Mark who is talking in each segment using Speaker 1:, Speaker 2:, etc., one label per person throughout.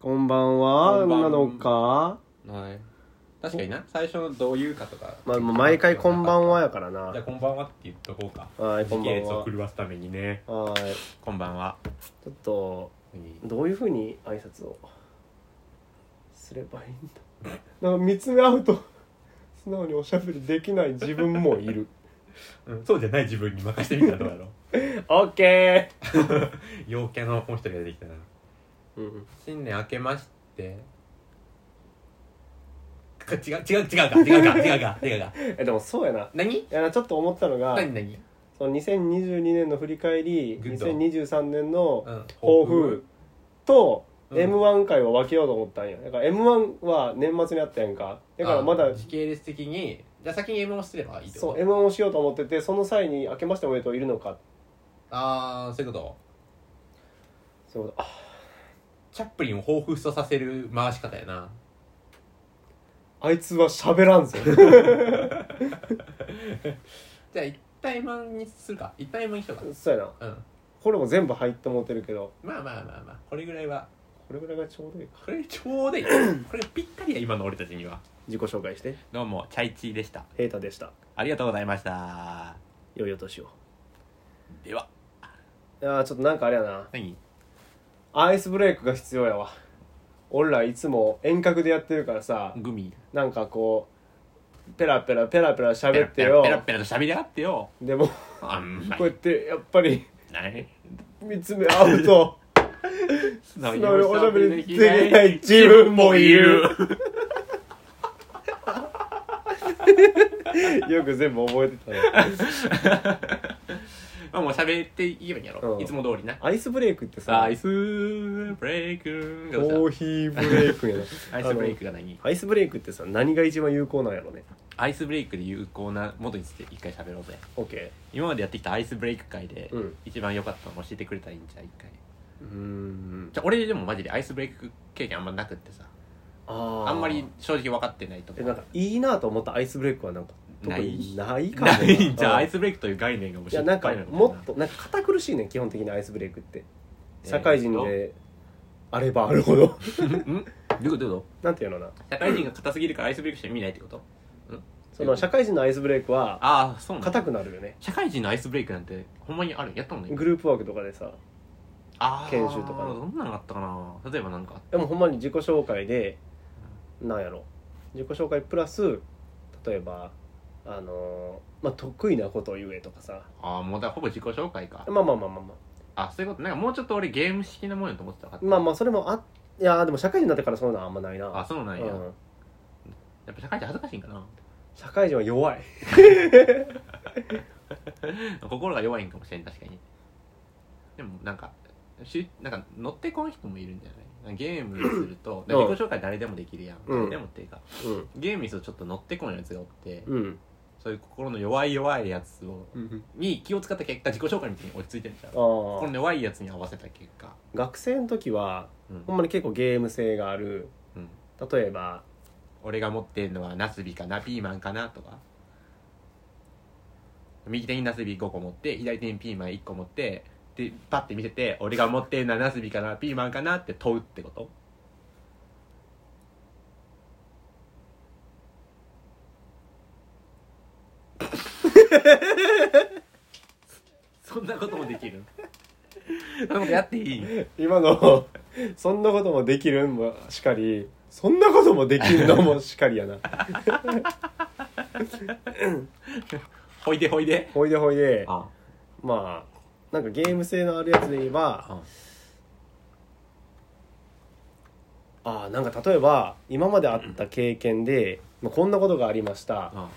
Speaker 1: こんばんは
Speaker 2: こんばん
Speaker 1: なのか、
Speaker 2: はい確かにな最初のどういうかとか
Speaker 1: まあ、もう毎回こんばんはやからな
Speaker 2: じゃあこんばんはって言っとこうか
Speaker 1: はいこんばん
Speaker 2: 時系列を
Speaker 1: は
Speaker 2: 狂わすためにね
Speaker 1: はい
Speaker 2: こんばんは
Speaker 1: ちょっとどういうふうに挨拶をすればいいんだなんか見つめ合うと素直におしゃべりできない自分もいる
Speaker 2: うんそうじゃない自分に任せてみたらどうやろ
Speaker 1: オ
Speaker 2: う
Speaker 1: ッケ
Speaker 2: 陽キャのもう一人が出てきたな
Speaker 1: ー、うん、
Speaker 2: 新年明けましてか違う違う違うか違 うか違うか違うか
Speaker 1: えでもそうやない
Speaker 2: 何
Speaker 1: やちょっと思ったのが
Speaker 2: 何何
Speaker 1: その2022年の振り返り
Speaker 2: グッド
Speaker 1: 2023年の
Speaker 2: うん
Speaker 1: 抱負と
Speaker 2: うん
Speaker 1: m 1回を分けようと思ったんやだから m 1は年末にあったやんかだからまだ
Speaker 2: あ時系列的にじゃあ先に M をすればいいって
Speaker 1: そ
Speaker 2: こ
Speaker 1: う
Speaker 2: と
Speaker 1: m 1をしようと思っててその際に「明けましておめでとう」いるのか
Speaker 2: ああそういうこと
Speaker 1: そういうことあ
Speaker 2: チャップリンを彷彿とさせる回し方やな
Speaker 1: あいつは喋らんぞ
Speaker 2: じゃあ一体満にするか一体満にしよう
Speaker 1: そうやな
Speaker 2: かうん
Speaker 1: これも全部入って思ってるけど
Speaker 2: まあまあまあまあこれぐらいは
Speaker 1: これぐらいがちょうどいいか
Speaker 2: これちょう どいいこれぴったりや今の俺たちには
Speaker 1: 自己紹介して
Speaker 2: どうもチャイチーでした
Speaker 1: 平太でした
Speaker 2: ありがとうございました
Speaker 1: 良いお年を
Speaker 2: ではい
Speaker 1: やーちょっとなんかあれやな
Speaker 2: 何
Speaker 1: アイスブレイクが必要やわ俺らいつも遠隔でやってるからさ
Speaker 2: グミ
Speaker 1: なんかこうペラペラペラペラ
Speaker 2: ペ
Speaker 1: 喋
Speaker 2: ラ
Speaker 1: って
Speaker 2: ペラ
Speaker 1: よ
Speaker 2: ペラペラと喋りやがってよ
Speaker 1: でも
Speaker 2: あんま
Speaker 1: こうや
Speaker 2: り
Speaker 1: ってやっぱり
Speaker 2: ない
Speaker 1: 見つめ合うと
Speaker 2: 素
Speaker 1: 素
Speaker 2: 直
Speaker 1: 直におしゃべりできない自分もいるよく全部覚えてたね
Speaker 2: まあもう喋っていけばいいんやろ、
Speaker 1: うん
Speaker 2: いつも通りな
Speaker 1: アイスブレイクってさ
Speaker 2: アイスブレイク
Speaker 1: コーヒーブレイクやな
Speaker 2: アイスブレイクが何
Speaker 1: あのアイスブレイクってさ何が一番有効なんやろね
Speaker 2: アイスブレイクで有効なもとについて一回喋ろうぜ
Speaker 1: OK
Speaker 2: 今までやってきたアイスブレイク会で
Speaker 1: うん
Speaker 2: 一番良かったの教えてくれたらいいんじゃん一回
Speaker 1: うーん
Speaker 2: じゃあ俺でもマジでアイスブレイク経験あんまなくってさ
Speaker 1: あー
Speaker 2: あんまり正直分かってないと
Speaker 1: え
Speaker 2: こ
Speaker 1: なんかいいなと思ったアイスブレイクはなんか特にないかも
Speaker 2: ないんじゃあアイ
Speaker 1: ス
Speaker 2: スブレイクという概念がもう
Speaker 1: いや
Speaker 2: 失
Speaker 1: な
Speaker 2: 敗
Speaker 1: んか
Speaker 2: の
Speaker 1: もっとなんか堅苦しいね基本的にアイスブレイクって
Speaker 2: えー
Speaker 1: 社会人であればあるほ ど
Speaker 2: んどういうことどういうこ
Speaker 1: なんていうのかな
Speaker 2: と社会人が硬すぎるからアイスブレイクして意味ないってこと
Speaker 1: その社会人のアイスブレイクは
Speaker 2: ああそうなの
Speaker 1: 硬くなるよね
Speaker 2: 社会人のアイスブレイクなんてほんまにあるやったもんね
Speaker 1: グループワークとかでさ
Speaker 2: あー
Speaker 1: 研修とかの
Speaker 2: どんなのがあったかな例えばなんか
Speaker 1: でもほんまに自己紹介でなんやろ自己紹介プラス例えばあのーまあ得意なことを言えとかさ
Speaker 2: ああもうだからほぼ自己紹介か
Speaker 1: まあまあまあまあま
Speaker 2: あそういうことなんかもうちょっと俺ゲーム式なもんやと思ってたか
Speaker 1: あまあまあそれもあいやーでも社会人になってからそういうのはあんまないな
Speaker 2: あそうなんや、
Speaker 1: う
Speaker 2: や
Speaker 1: ん
Speaker 2: っぱ社会人恥ずかしいんかな
Speaker 1: 社会人は弱い
Speaker 2: 心が弱いんかもしれん確かにでもなんかしなんか乗ってこん人もいるんじゃないゲームにする と
Speaker 1: うん
Speaker 2: だから自己紹介誰でもできるやん、
Speaker 1: うん
Speaker 2: 誰でもっていうか
Speaker 1: うん
Speaker 2: ゲームにするとちょっと乗ってこんやつがおって、
Speaker 1: うん
Speaker 2: そういう心の弱い弱いやつを
Speaker 1: うん
Speaker 2: に気を使った結果自己紹介みたいに落ち着いてるじゃん
Speaker 1: あ
Speaker 2: この
Speaker 1: ー
Speaker 2: 弱いやつに合わせた結果
Speaker 1: 学生の時は
Speaker 2: うん
Speaker 1: ほんまに結構ゲーム性がある
Speaker 2: うん
Speaker 1: 例えば
Speaker 2: 俺が持ってるのはナスビかなピーマンかなとか右手にナスビ5個持って左手にピーマン1個持ってでパッて見せて俺が持ってるのはナスビかなピーマンかなって問うってこと そんなこともできるそんなことやっていい
Speaker 1: 今の そんなこともできるんもしかりそんなこともできるのもしかりやな
Speaker 2: ほいでほいで
Speaker 1: ほいでほいで
Speaker 2: あ
Speaker 1: まあなんかゲーム性のあるやつで言えば
Speaker 2: あ
Speaker 1: あーなんか例えば今まであった経験で、まあ、こんなことがありました
Speaker 2: あ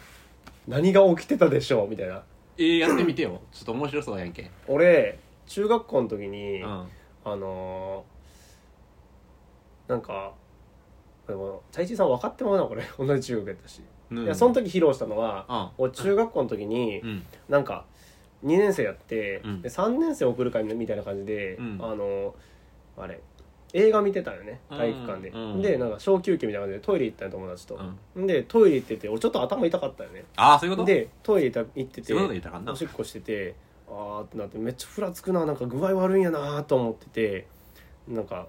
Speaker 1: 何が起きてたでしょうみたいな
Speaker 2: えー、やってみてよちょっと面白そうやんけ
Speaker 1: 俺中学校の時に、
Speaker 2: うん
Speaker 1: あのーなんかでもチャイチーさん分かってもらうなこれ 同じ中学やったし、
Speaker 2: うん
Speaker 1: いやその時披露したのは、
Speaker 2: あ
Speaker 1: 俺中学校の時に、
Speaker 2: うん
Speaker 1: なんか2年生やって、
Speaker 2: うん
Speaker 1: で3年生送る会みたいな感じで、
Speaker 2: うん
Speaker 1: あのあれ映画見てたんよね体育館で、
Speaker 2: うんうん
Speaker 1: でなんか小休憩みたいな感じでトイレ行ったよ友達と、
Speaker 2: うん
Speaker 1: でトイレ行ってて俺ちょっと頭痛かったよね
Speaker 2: ああそういうこと
Speaker 1: でトイレ行った行って
Speaker 2: そういうこと言
Speaker 1: て
Speaker 2: ったらあかんな
Speaker 1: おしっこしててあーってなってめっちゃふらつくななんか具合悪いんやなと思っててなんか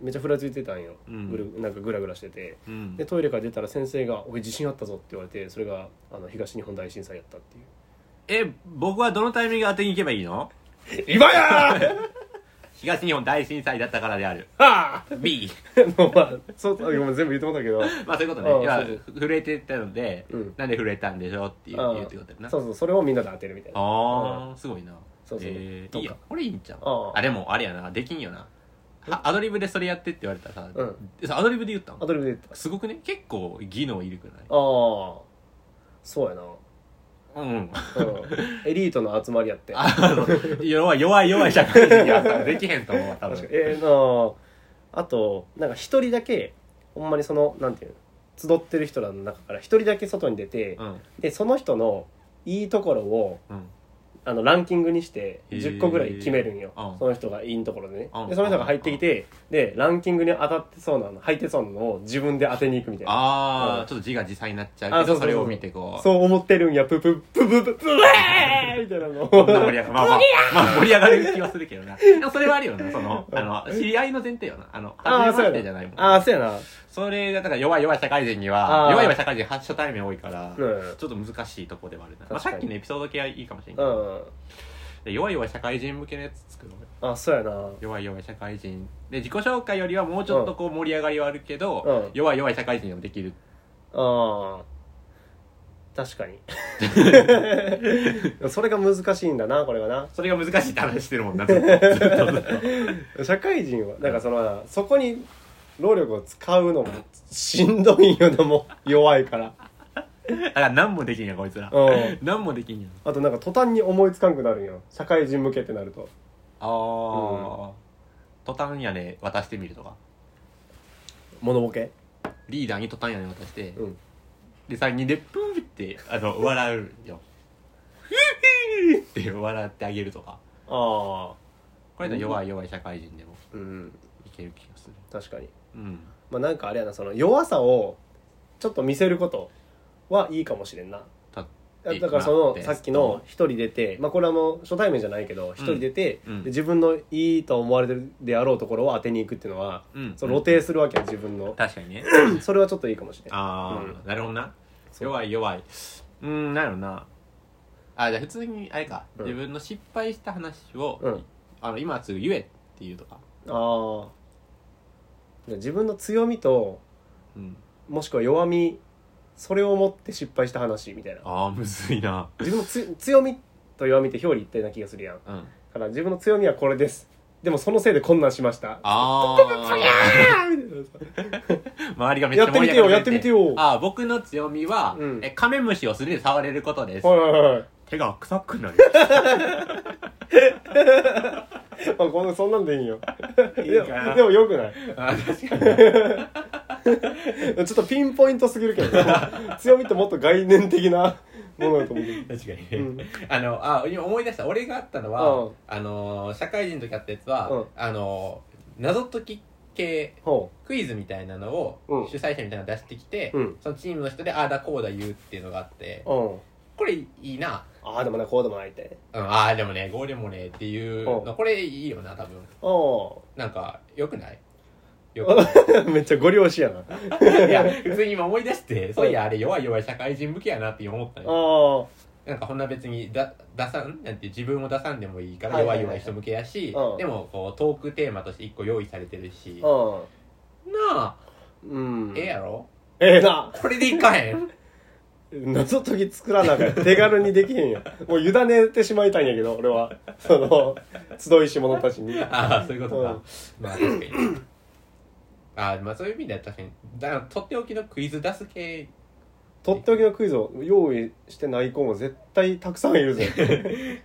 Speaker 1: めっちゃふらついてたんよ、
Speaker 2: うん
Speaker 1: ぐるなんかグラグラしてて
Speaker 2: うん
Speaker 1: でトイレから出たら先生が「おい地震あったぞ」って言われてそれがあの東日本大震災やったっていう
Speaker 2: え僕はどのタイミングで当てに行けばいいの
Speaker 1: 今や ー
Speaker 2: 東日本大震災だったから である
Speaker 1: はあ
Speaker 2: B
Speaker 1: もうまあそうごめん全部言ってもらったけど
Speaker 2: まあそういうこと
Speaker 1: ああ
Speaker 2: ねいや
Speaker 1: そう
Speaker 2: 震えてたので、
Speaker 1: うん
Speaker 2: なんで震えたんでしょうっていう
Speaker 1: ああ
Speaker 2: 言うってことやな
Speaker 1: そうそうそれをみんなで当てるみたいな
Speaker 2: ああすごいな
Speaker 1: そうそう
Speaker 2: え
Speaker 1: とか
Speaker 2: ー、いいやこれいいんちゃう
Speaker 1: あ
Speaker 2: あ
Speaker 1: あ
Speaker 2: でもあれやなできんよなはアドリブでそれやってって言われたらさ、
Speaker 1: うん
Speaker 2: えそうアドリブで言った
Speaker 1: ア
Speaker 2: の
Speaker 1: ドリブで言った
Speaker 2: すごくね結構技能いるくな
Speaker 1: あ
Speaker 2: い
Speaker 1: あそうやな、
Speaker 2: うんうん
Speaker 1: う ん、エリートの集まりやって
Speaker 2: あの弱い弱い弱い社会人にはさできへんと思うわ多
Speaker 1: 確
Speaker 2: 分
Speaker 1: かにええなああとなんか一人だけほんまにそのなんていうの集ってる人らの中から一人だけ外に出て、
Speaker 2: うん
Speaker 1: でその人のいいところを
Speaker 2: うん
Speaker 1: あのランキングにして
Speaker 2: へー
Speaker 1: 10個ぐらい決めるんよ、
Speaker 2: うん
Speaker 1: その人がいいところでね、
Speaker 2: うん
Speaker 1: でその人が入ってきて、でランキングに当たってそうなの入ってそうなのを自分で当てに行くみたいな
Speaker 2: ああ、
Speaker 1: うん
Speaker 2: ちょっと字が自賛になっちゃうけ
Speaker 1: あ
Speaker 2: ど
Speaker 1: そう
Speaker 2: そ
Speaker 1: そうそう
Speaker 2: れを見てこう
Speaker 1: そう思ってるんやプププププププエーみたいなのを
Speaker 2: こんな盛り上がるまあまあ、まあ、盛り上がる気はするけど なでもそれはあるよなそのあの知り合いの前提よなあの
Speaker 1: ああ
Speaker 2: 初
Speaker 1: そうや
Speaker 2: めましてじゃない
Speaker 1: な
Speaker 2: もん
Speaker 1: ああそうやな
Speaker 2: それがだから弱い弱い社会人に
Speaker 1: あ
Speaker 2: は
Speaker 1: ー
Speaker 2: 弱い弱い社会人発射対面多いから、
Speaker 1: うん
Speaker 2: ちょっと難しいとこではあるな、まあ、
Speaker 1: 確か
Speaker 2: さ
Speaker 1: に
Speaker 2: っきのエピソード系はいいかもしれんけ
Speaker 1: う
Speaker 2: ど、
Speaker 1: ん
Speaker 2: で弱い弱い社会人向けのやつ作ろうよ
Speaker 1: あそうやな
Speaker 2: 弱い弱い社会人で自己紹介よりはもうちょっとこう盛り上がりはあるけど、
Speaker 1: うん
Speaker 2: 弱い弱い社会人でもできる
Speaker 1: ああ確 かにそれが難しいんだなこれがな
Speaker 2: それが難しいって話してるも んなずっとずっとずっと
Speaker 1: 社会人はなんかそのそこに労力を使うのもしんどいんよなもう弱いから
Speaker 2: だから何もできんやこいつら
Speaker 1: うん
Speaker 2: 何もできんや
Speaker 1: あとなんか途端に思いつかんくなるんよ社会人向けってなると
Speaker 2: ああ、途端屋根渡してみるとか
Speaker 1: 物ボケ
Speaker 2: リーダーに途端屋根渡して、
Speaker 1: うん
Speaker 2: で3人でプーってあの笑うよって笑ってあげるとか
Speaker 1: ああ
Speaker 2: これで弱い弱い社会人でも
Speaker 1: うん
Speaker 2: いける気がする
Speaker 1: 確かに
Speaker 2: うん
Speaker 1: まあなんかあれやなその弱さをちょっと見せることはいいかもしれんな
Speaker 2: た
Speaker 1: だからそのさっきの一人出て、まあ、これはもう初対面じゃないけど一人出て、
Speaker 2: うん
Speaker 1: で自分のいいと思われてるであろうところを当てに行くっていうのは、
Speaker 2: うん
Speaker 1: その露呈するわけよ自分の、
Speaker 2: 確かにね
Speaker 1: それはちょっといいかもしれない
Speaker 2: ああ、なるほどな
Speaker 1: そう
Speaker 2: 弱い弱いうーんなるほどなあじゃあ普通にあれか、
Speaker 1: うん
Speaker 2: 自分の失敗した話を、
Speaker 1: うん
Speaker 2: あの今すぐ言えっていうとか
Speaker 1: ああ自分の強みと
Speaker 2: うん
Speaker 1: もしくは弱みそれを持って失敗した話みたいな
Speaker 2: ああむずいな
Speaker 1: 自分のつ強みと弱みって表裏一体な気がするやんだ
Speaker 2: うん
Speaker 1: から自分の強みはこれですでもそのせいで困難しました
Speaker 2: あ
Speaker 1: あ
Speaker 2: あ
Speaker 1: ーみたいな
Speaker 2: 周りがめっちゃ盛り上が
Speaker 1: やってみてよやってみてよ
Speaker 2: ああ僕の強みは、
Speaker 1: うん
Speaker 2: えカメムシを素手で触れることです、
Speaker 1: はいはいはい
Speaker 2: 手が臭くなる
Speaker 1: まあ、このそんなん でいいよ。
Speaker 2: いいかな
Speaker 1: でもでもよくない。
Speaker 2: あ確かに
Speaker 1: ちょっとピンポイントすぎるけ ど、強みってもっと概念的なものだと思う。
Speaker 2: 確かにね、
Speaker 1: うん
Speaker 2: あのあ今思い出した俺があったのは、
Speaker 1: うん
Speaker 2: あのー社会人の時あったやつは、
Speaker 1: うん
Speaker 2: あのー謎解き系
Speaker 1: ほ
Speaker 2: クイズみたいなのを
Speaker 1: うん
Speaker 2: 主催者みたいなの出してきて、
Speaker 1: うん
Speaker 2: そのチームの人でああだこうだ言うっていうのがあって
Speaker 1: う。うん。
Speaker 2: これいいな、
Speaker 1: ああでもね、こうでもないって。
Speaker 2: うん、ああでもねこうでもねっていう
Speaker 1: う
Speaker 2: のこれいいよな多分
Speaker 1: う
Speaker 2: なんかよくないよくない
Speaker 1: ん。 めっちゃご両親やな。あ
Speaker 2: いや普通に今思い出してそういやあれ弱い弱い社会人向けやなって今思ったね
Speaker 1: あ。
Speaker 2: なんかこんな別にだ出さんなんて自分を出さんでもいいから
Speaker 1: はいは
Speaker 2: 弱
Speaker 1: いはい
Speaker 2: い弱い人向けやし、
Speaker 1: うん
Speaker 2: でもこうトークテーマとして一個用意されてるし、なあ
Speaker 1: うん。うん。
Speaker 2: ええやろ
Speaker 1: ええな。
Speaker 2: これでいかへん
Speaker 1: 謎解き作らなきゃ手軽にできへんよ。もう委ねてしまいたいんやけど、俺は。その、集いし者たちに。
Speaker 2: ああそういうことか、
Speaker 1: うん
Speaker 2: まあ確かにああまあそういう意味では確かにだからとっておきのクイズ出す系
Speaker 1: とっておきのクイズを用意してない子も絶対たくさんいるぜ。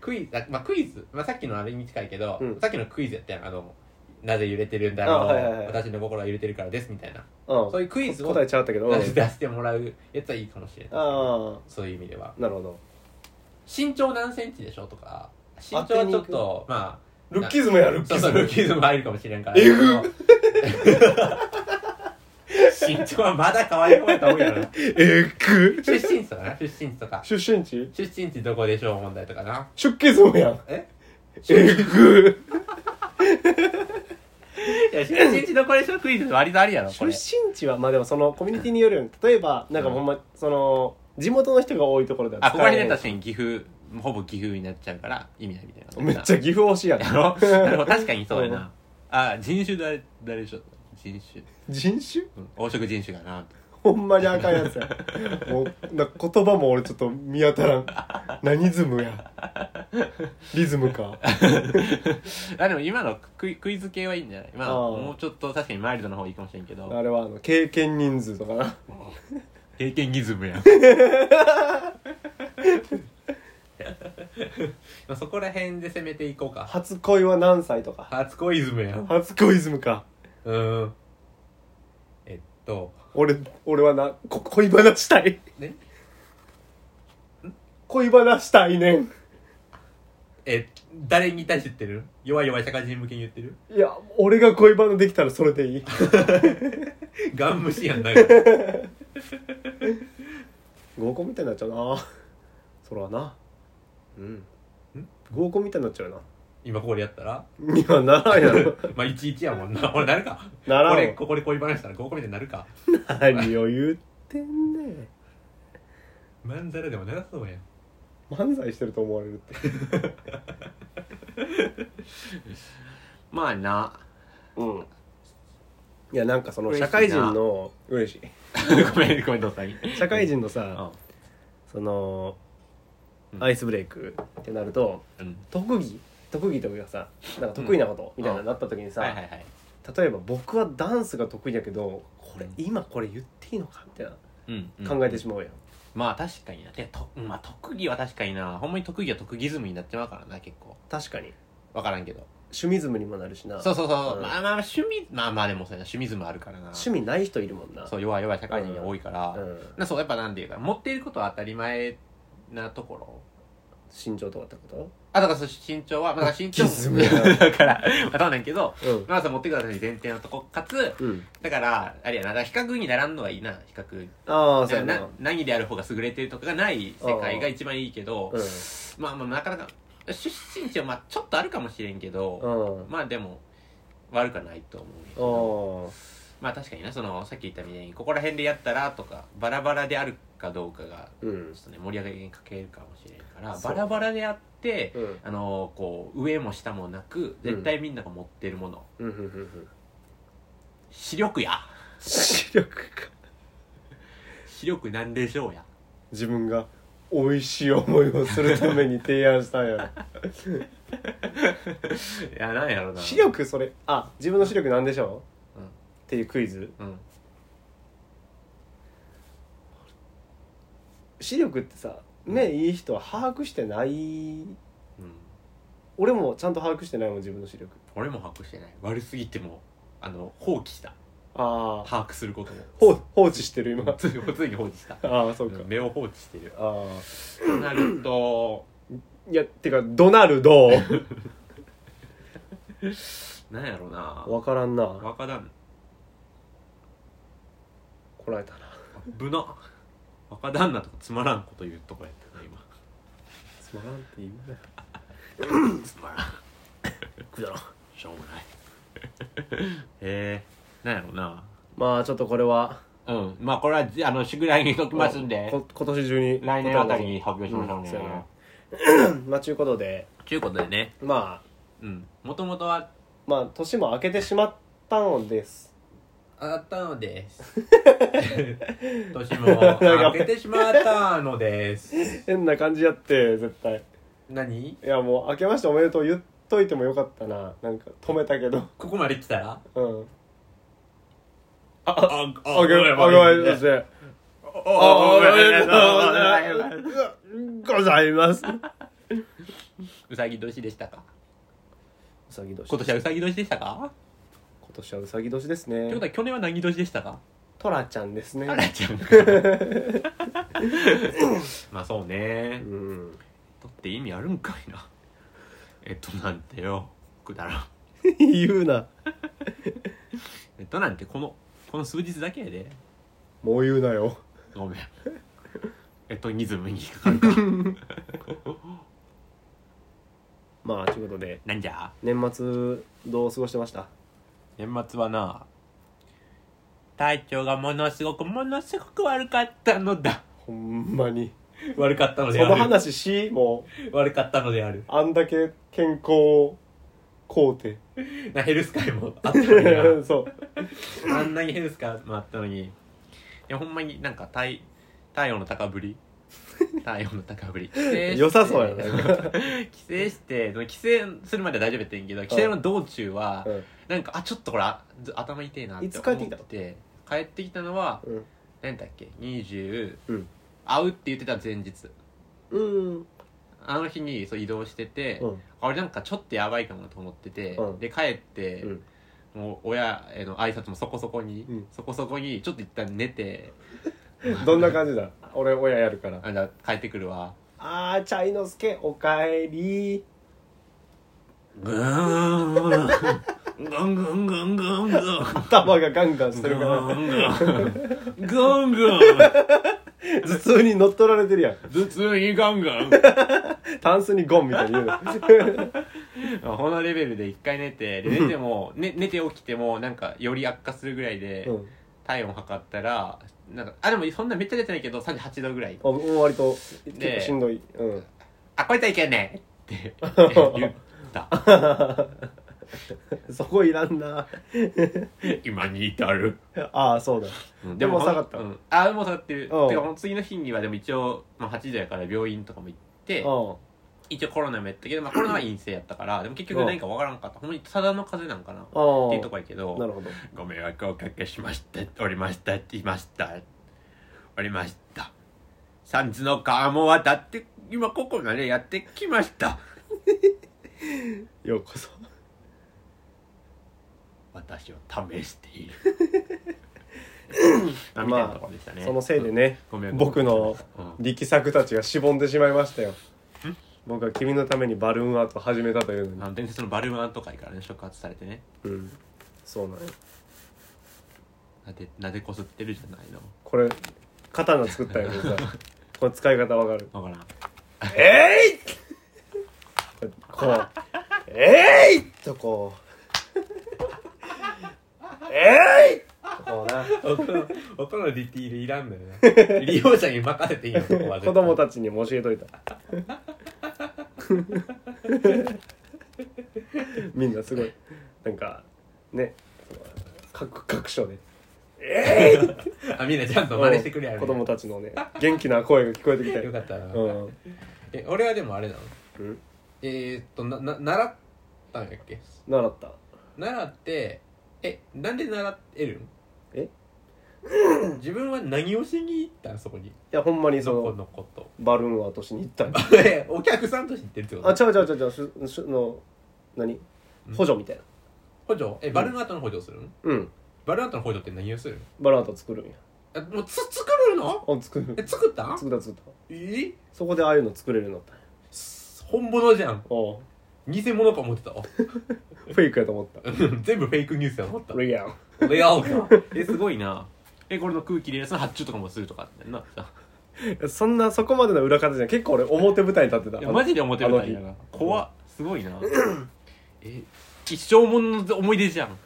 Speaker 2: クイズあまあクイズ、まあ、さっきのあれに近いけど、
Speaker 1: うん
Speaker 2: さっきのクイズやったやんあのなぜ揺れてるんだ
Speaker 1: あ
Speaker 2: ろう、
Speaker 1: はいはいはい
Speaker 2: 私の心は揺れてるからですみたいな
Speaker 1: うん。
Speaker 2: そういうクイズを
Speaker 1: 答えちゃったけど。
Speaker 2: 出してもらうやつはいいかもしれない
Speaker 1: あ
Speaker 2: そういう意味では
Speaker 1: あなるほど
Speaker 2: 身長何センチでしょうとか身長はちょっとまあ
Speaker 1: ルッキズムやルッキ
Speaker 2: そう
Speaker 1: ズ
Speaker 2: そう
Speaker 1: ム
Speaker 2: ルッキズム入るかもしれんから
Speaker 1: えぐ
Speaker 2: その 身長はまだ可愛い方やと思うやろ
Speaker 1: えく
Speaker 2: 出身地とかな出身地とか
Speaker 1: 出身地
Speaker 2: 出身地どこでしょう問題とかな
Speaker 1: 出家ズムやん
Speaker 2: え
Speaker 1: えぐ
Speaker 2: いや出身地どこでしょクイズ割とありだろこ
Speaker 1: 出
Speaker 2: れ
Speaker 1: 身地はまあでもそのコミュニティによるよね例えばなんかほんまその地元の人が多いところでは
Speaker 2: あここに
Speaker 1: 使
Speaker 2: ね
Speaker 1: えない
Speaker 2: 確かに岐阜ほぼ岐阜になっちゃうから意味ないみたいな
Speaker 1: めっちゃ岐阜推しや
Speaker 2: や
Speaker 1: な
Speaker 2: ろ なるほど確かにそうやなあ人種誰誰でしょ人種、
Speaker 1: 人種
Speaker 2: うん、黄色人種 かな
Speaker 1: ほんまにあかんやつやもうな言葉も俺ちょっと見当たらん何ズムやリズムか
Speaker 2: あでも今のクイクイズ系はいいんじゃないまあ
Speaker 1: あー
Speaker 2: もうちょっと確かにマイルドな方がいいかもしれんけど
Speaker 1: あれはあの経験人数とかな
Speaker 2: 経験ギズ ムやんまあそこら辺で攻めていこうか
Speaker 1: 初恋は何歳とか
Speaker 2: 初恋イズムやん
Speaker 1: 初恋イズムか
Speaker 2: うんえっと
Speaker 1: 俺俺はなこ恋バナしたい
Speaker 2: ね
Speaker 1: 恋バナしたいねん
Speaker 2: え誰に対して言ってる弱い弱い社会人向けに言ってる
Speaker 1: いや俺が恋バナできたらそれでいい
Speaker 2: ガン虫やんだから
Speaker 1: 合コンみたいになっちゃうなそらなうん
Speaker 2: ん
Speaker 1: 合コンみたいになっちゃうな
Speaker 2: 今ここでやったら
Speaker 1: いやならんやろ
Speaker 2: まあいちいちやもんな俺 なるか
Speaker 1: ならんわ
Speaker 2: 俺ここで恋話したら合コンみたいになるか
Speaker 1: 何を言ってんね
Speaker 2: まんざらでもならそうやん
Speaker 1: ん漫才してると思われるって
Speaker 2: まあな
Speaker 1: うんいやなんかその
Speaker 2: 嬉しい
Speaker 1: 社
Speaker 2: な
Speaker 1: 会人の嬉し
Speaker 2: ごめんごめんどうさい
Speaker 1: い社会人の
Speaker 2: う
Speaker 1: さ
Speaker 2: ん
Speaker 1: その
Speaker 2: うん
Speaker 1: アイスブレイクってなると
Speaker 2: うん
Speaker 1: 特技特技というかさなんか得意なことみたいなのになった時にさ、
Speaker 2: はいはいはい
Speaker 1: 例えば僕はダンスが得意だけどこれ今これ言っていいのかみたい
Speaker 2: うんうん
Speaker 1: な考えてしまうやん、
Speaker 2: まあ確かになてかと、まあ、特技は確かになほんまに特技は特技ズムになっちまうからな結構
Speaker 1: 確かに
Speaker 2: わからんけど
Speaker 1: 趣味ズムにもなるしな
Speaker 2: そうそうそう、
Speaker 1: うん
Speaker 2: まあまあ趣味まあまあでもそうやな趣味ズムあるからな
Speaker 1: 趣味ない人いるもんな
Speaker 2: そう弱い弱い社会人が多いから、
Speaker 1: うん、
Speaker 2: なそうやっぱなんていうか持っていることは当たり前なところ
Speaker 1: 身長とかってこ
Speaker 2: あだからそう身長は、まあ、だから身長
Speaker 1: ギズムやな
Speaker 2: だからまあそうなんやけど
Speaker 1: とうん
Speaker 2: まあそう持ってください前提のとこかつ
Speaker 1: うん
Speaker 2: だからあれやなだから比較に並んのがいいな比較
Speaker 1: ああそうやな
Speaker 2: な何である方が優れてるとかがない世界が一番いいけど
Speaker 1: うん
Speaker 2: まあまあなかなか出身地はまあちょっとあるかもしれんけど
Speaker 1: うん
Speaker 2: まあでも悪くはないと思うけど
Speaker 1: あ
Speaker 2: まあ確かになそのさっき言ったみたいにここら辺でやったらとかバラバラであるかどうかが
Speaker 1: ーうん
Speaker 2: ちょっとね盛り上げにかけるかもしれんから
Speaker 1: そう
Speaker 2: バラバラであって
Speaker 1: うん
Speaker 2: あのこう上も下もなく絶対みんなが持ってるもの、
Speaker 1: うんうんうんうん
Speaker 2: 視力や
Speaker 1: 視力か
Speaker 2: 視力なんでしょうや
Speaker 1: 自分が美味しい思いをするために提案したんや
Speaker 2: いやなんやろ
Speaker 1: ろ
Speaker 2: な
Speaker 1: 視力それあ自分の視力なんでしょう、
Speaker 2: うん
Speaker 1: っていうクイズ
Speaker 2: うん
Speaker 1: 視力ってさ目いい人は把握してない
Speaker 2: うん
Speaker 1: 俺もちゃんと把握してないもん自分の視力
Speaker 2: 俺も把握してない悪すぎてもあの放棄した
Speaker 1: ああ
Speaker 2: 把握することも
Speaker 1: 放放置してる今
Speaker 2: 普通に普通に放置した
Speaker 1: ああそうか、
Speaker 2: うん目を放置してる
Speaker 1: ああ
Speaker 2: となると
Speaker 1: いやてかドナルド
Speaker 2: なんやろうな
Speaker 1: わからんな
Speaker 2: わからん
Speaker 1: こらえたな
Speaker 2: ぶな若旦那とかつまらんこと言うとこやったな今
Speaker 1: つまらんって言うな
Speaker 2: つまらん
Speaker 1: くだらん
Speaker 2: しょうもないえー、なんやろうな
Speaker 1: まあちょっとこれは
Speaker 2: うんまあこれはじあの宿題にしときますんで
Speaker 1: こ今年中に
Speaker 2: 来年あたりに発表しましょう
Speaker 1: うん
Speaker 2: ね、
Speaker 1: そうやなまあちゅうことで
Speaker 2: ということでね
Speaker 1: まあ
Speaker 2: うんもともとは
Speaker 1: まあ年も明けてしまったのです
Speaker 2: あったのです 年も明けてしまったのです
Speaker 1: 変な感じやって絶対
Speaker 2: 何
Speaker 1: いやもう明けましておめでとう言っといてもよかったななんか止めたけど
Speaker 2: ここまで来たら
Speaker 1: うん
Speaker 2: あああ
Speaker 1: あげあ
Speaker 2: ご
Speaker 1: げ
Speaker 2: めん
Speaker 1: ま
Speaker 2: ね
Speaker 1: して
Speaker 2: あ
Speaker 1: あ
Speaker 2: ご
Speaker 1: あ
Speaker 2: めん
Speaker 1: げ
Speaker 2: ねごめんね
Speaker 1: ございます
Speaker 2: うさぎ年でしたか
Speaker 1: うさぎ年
Speaker 2: 今年はうさぎ年でしたか
Speaker 1: 今年はうさぎ年です
Speaker 2: という
Speaker 1: ね
Speaker 2: ことは去年は何年でしたか
Speaker 1: トラちゃんですね
Speaker 2: あらちゃんまあそうね
Speaker 1: うん
Speaker 2: とって意味あるんかいなえっとなんてよくだらん
Speaker 1: 言うな
Speaker 2: えっとなんてこのこの数日だけやで
Speaker 1: もう言うなよ
Speaker 2: ごめんえっとニズムに引っかかるか
Speaker 1: まあということで
Speaker 2: なんじゃ
Speaker 1: 年末どう過ごしてました
Speaker 2: 年末はな体調がものすごくものすごく悪かったのだ
Speaker 1: ほんまに
Speaker 2: 悪かったの
Speaker 1: そ
Speaker 2: であ
Speaker 1: の
Speaker 2: る
Speaker 1: 話しもう
Speaker 2: 悪かったのである
Speaker 1: あんだけ健康をこうて
Speaker 2: なヘルス会もあったのに な
Speaker 1: そう
Speaker 2: あんなにヘルス会もあったのにいやほんまになんか体体温の 高ぶり体温の高ぶり
Speaker 1: 良さそうや
Speaker 2: ね
Speaker 1: な、
Speaker 2: 帰省してその帰省するまでは大丈夫やったんやけど帰省の道中は
Speaker 1: うん
Speaker 2: なんかあちょっとこれあず頭痛いなって
Speaker 1: い
Speaker 2: 思
Speaker 1: つ
Speaker 2: っ
Speaker 1: 帰って
Speaker 2: て
Speaker 1: きた
Speaker 2: 帰ってきたのは
Speaker 1: うん
Speaker 2: 何だっけ20、
Speaker 1: うん
Speaker 2: 会うって言ってた前日
Speaker 1: うん
Speaker 2: あの日にそう移動してて、
Speaker 1: うん
Speaker 2: あ俺なんかちょっとやばいかもなと思ってて、
Speaker 1: うん
Speaker 2: で帰って、
Speaker 1: うん
Speaker 2: もう親への挨拶もそこそこに、
Speaker 1: うん
Speaker 2: そこそこにちょっと一旦寝て
Speaker 1: どんな感じだ俺親やるから
Speaker 2: あじゃあ帰ってくるわ
Speaker 1: あーチャイノスケおかえり
Speaker 2: グーングングングングングン
Speaker 1: 頭がガンガンして
Speaker 2: グ
Speaker 1: る から
Speaker 2: ングングングン
Speaker 1: 頭痛に乗っ取られてるやん
Speaker 2: 頭痛にガンガン
Speaker 1: タンスにゴンみたいに言うの
Speaker 2: このレベルで一回寝てで寝ても、ね、寝て起きてもなんかより悪化するぐらいで、
Speaker 1: うん
Speaker 2: 体温測ったらなんかあでもそんなめっちゃ出てないけど38度ぐらい
Speaker 1: あもう割と結構しんどい、 うん
Speaker 2: 「あこれといけんねん!」って言った
Speaker 1: そこいらんな
Speaker 2: 今に至る、
Speaker 1: ああそうだ
Speaker 2: うん
Speaker 1: でも下がった
Speaker 2: うん、あもう下がってるて
Speaker 1: うん
Speaker 2: かもう次の日にはでも一応、まあ、8度やから病院とかも行って
Speaker 1: う
Speaker 2: 一応コロナもやったけど、まあ、コロナは陰性やったからでも結局何かわからんかったほんまにただの風邪なんかなっ
Speaker 1: んうん
Speaker 2: ていうとこやけど
Speaker 1: なるほど
Speaker 2: ご迷惑をおかけしましたおりましたいましたおりました三途の川も渡って今ここまでやってきました
Speaker 1: ようこそ
Speaker 2: 私を試して いる
Speaker 1: まあ
Speaker 2: あみたいなところでしたね
Speaker 1: そのせいでね
Speaker 2: ご迷惑をおか
Speaker 1: 僕
Speaker 2: けしま
Speaker 1: の
Speaker 2: した
Speaker 1: 力作
Speaker 2: うん
Speaker 1: たちがしぼんでしまいましたよ僕は君のためにバルーンアートを始めたというのに
Speaker 2: あの伝説のバルーンアート会からね触発されてね
Speaker 1: うんそうなんよ
Speaker 2: なでなでこすってるじゃないの
Speaker 1: これ刀作ったんやけどさ これ使い方わかる
Speaker 2: わからん
Speaker 1: えいっこう「えいっ!」とこう「えいっ!」と こうな
Speaker 2: 音のディティールいらんのよ 利用者に任せていいよ
Speaker 1: 子供たちにも教えとい たみんなすごいなんかね各各所で
Speaker 2: あみんなちゃんと真似してくれや
Speaker 1: 子供たちのね元気な声が聞こえてきた
Speaker 2: よ
Speaker 1: よ、
Speaker 2: かったな、
Speaker 1: うん
Speaker 2: え俺はでもあれなの
Speaker 1: うん、
Speaker 2: えー、っとなな習ったんやっけ
Speaker 1: 習った
Speaker 2: 習ってえなんで習えるの
Speaker 1: え
Speaker 2: 自分は何をしに行ったんそこに
Speaker 1: いやほんまにそ
Speaker 2: そこ
Speaker 1: の
Speaker 2: のこと
Speaker 1: バルーンアートしに行ったんや
Speaker 2: え お客さんとして行ってるってこと
Speaker 1: あちゃうちゃうちゃうちゃうすすの何
Speaker 2: うん
Speaker 1: 補助みたいな
Speaker 2: 補助えバルーンアートの補助をするの、
Speaker 1: うん
Speaker 2: バルーンアートの補助って何をするの
Speaker 1: バルーンアート作るんや
Speaker 2: えもうつ作るの
Speaker 1: あ作る
Speaker 2: え作ったん
Speaker 1: 作った作った
Speaker 2: え
Speaker 1: そこでああいうの作れるようになったんや
Speaker 2: 本物じゃん
Speaker 1: おう
Speaker 2: 偽物か思ってたわ
Speaker 1: フェイクやと思った
Speaker 2: 全部フェイクニュースやと思った
Speaker 1: リアル
Speaker 2: レアオかえすごいなえこれの空気入れるやつの発注とかもするとかってな
Speaker 1: そんなそこまでの裏方じゃない結構俺表舞台に立ってた
Speaker 2: いやマジで思ってるみたい
Speaker 1: あの
Speaker 2: な怖っすごいなえ一生ものの思い出じゃんも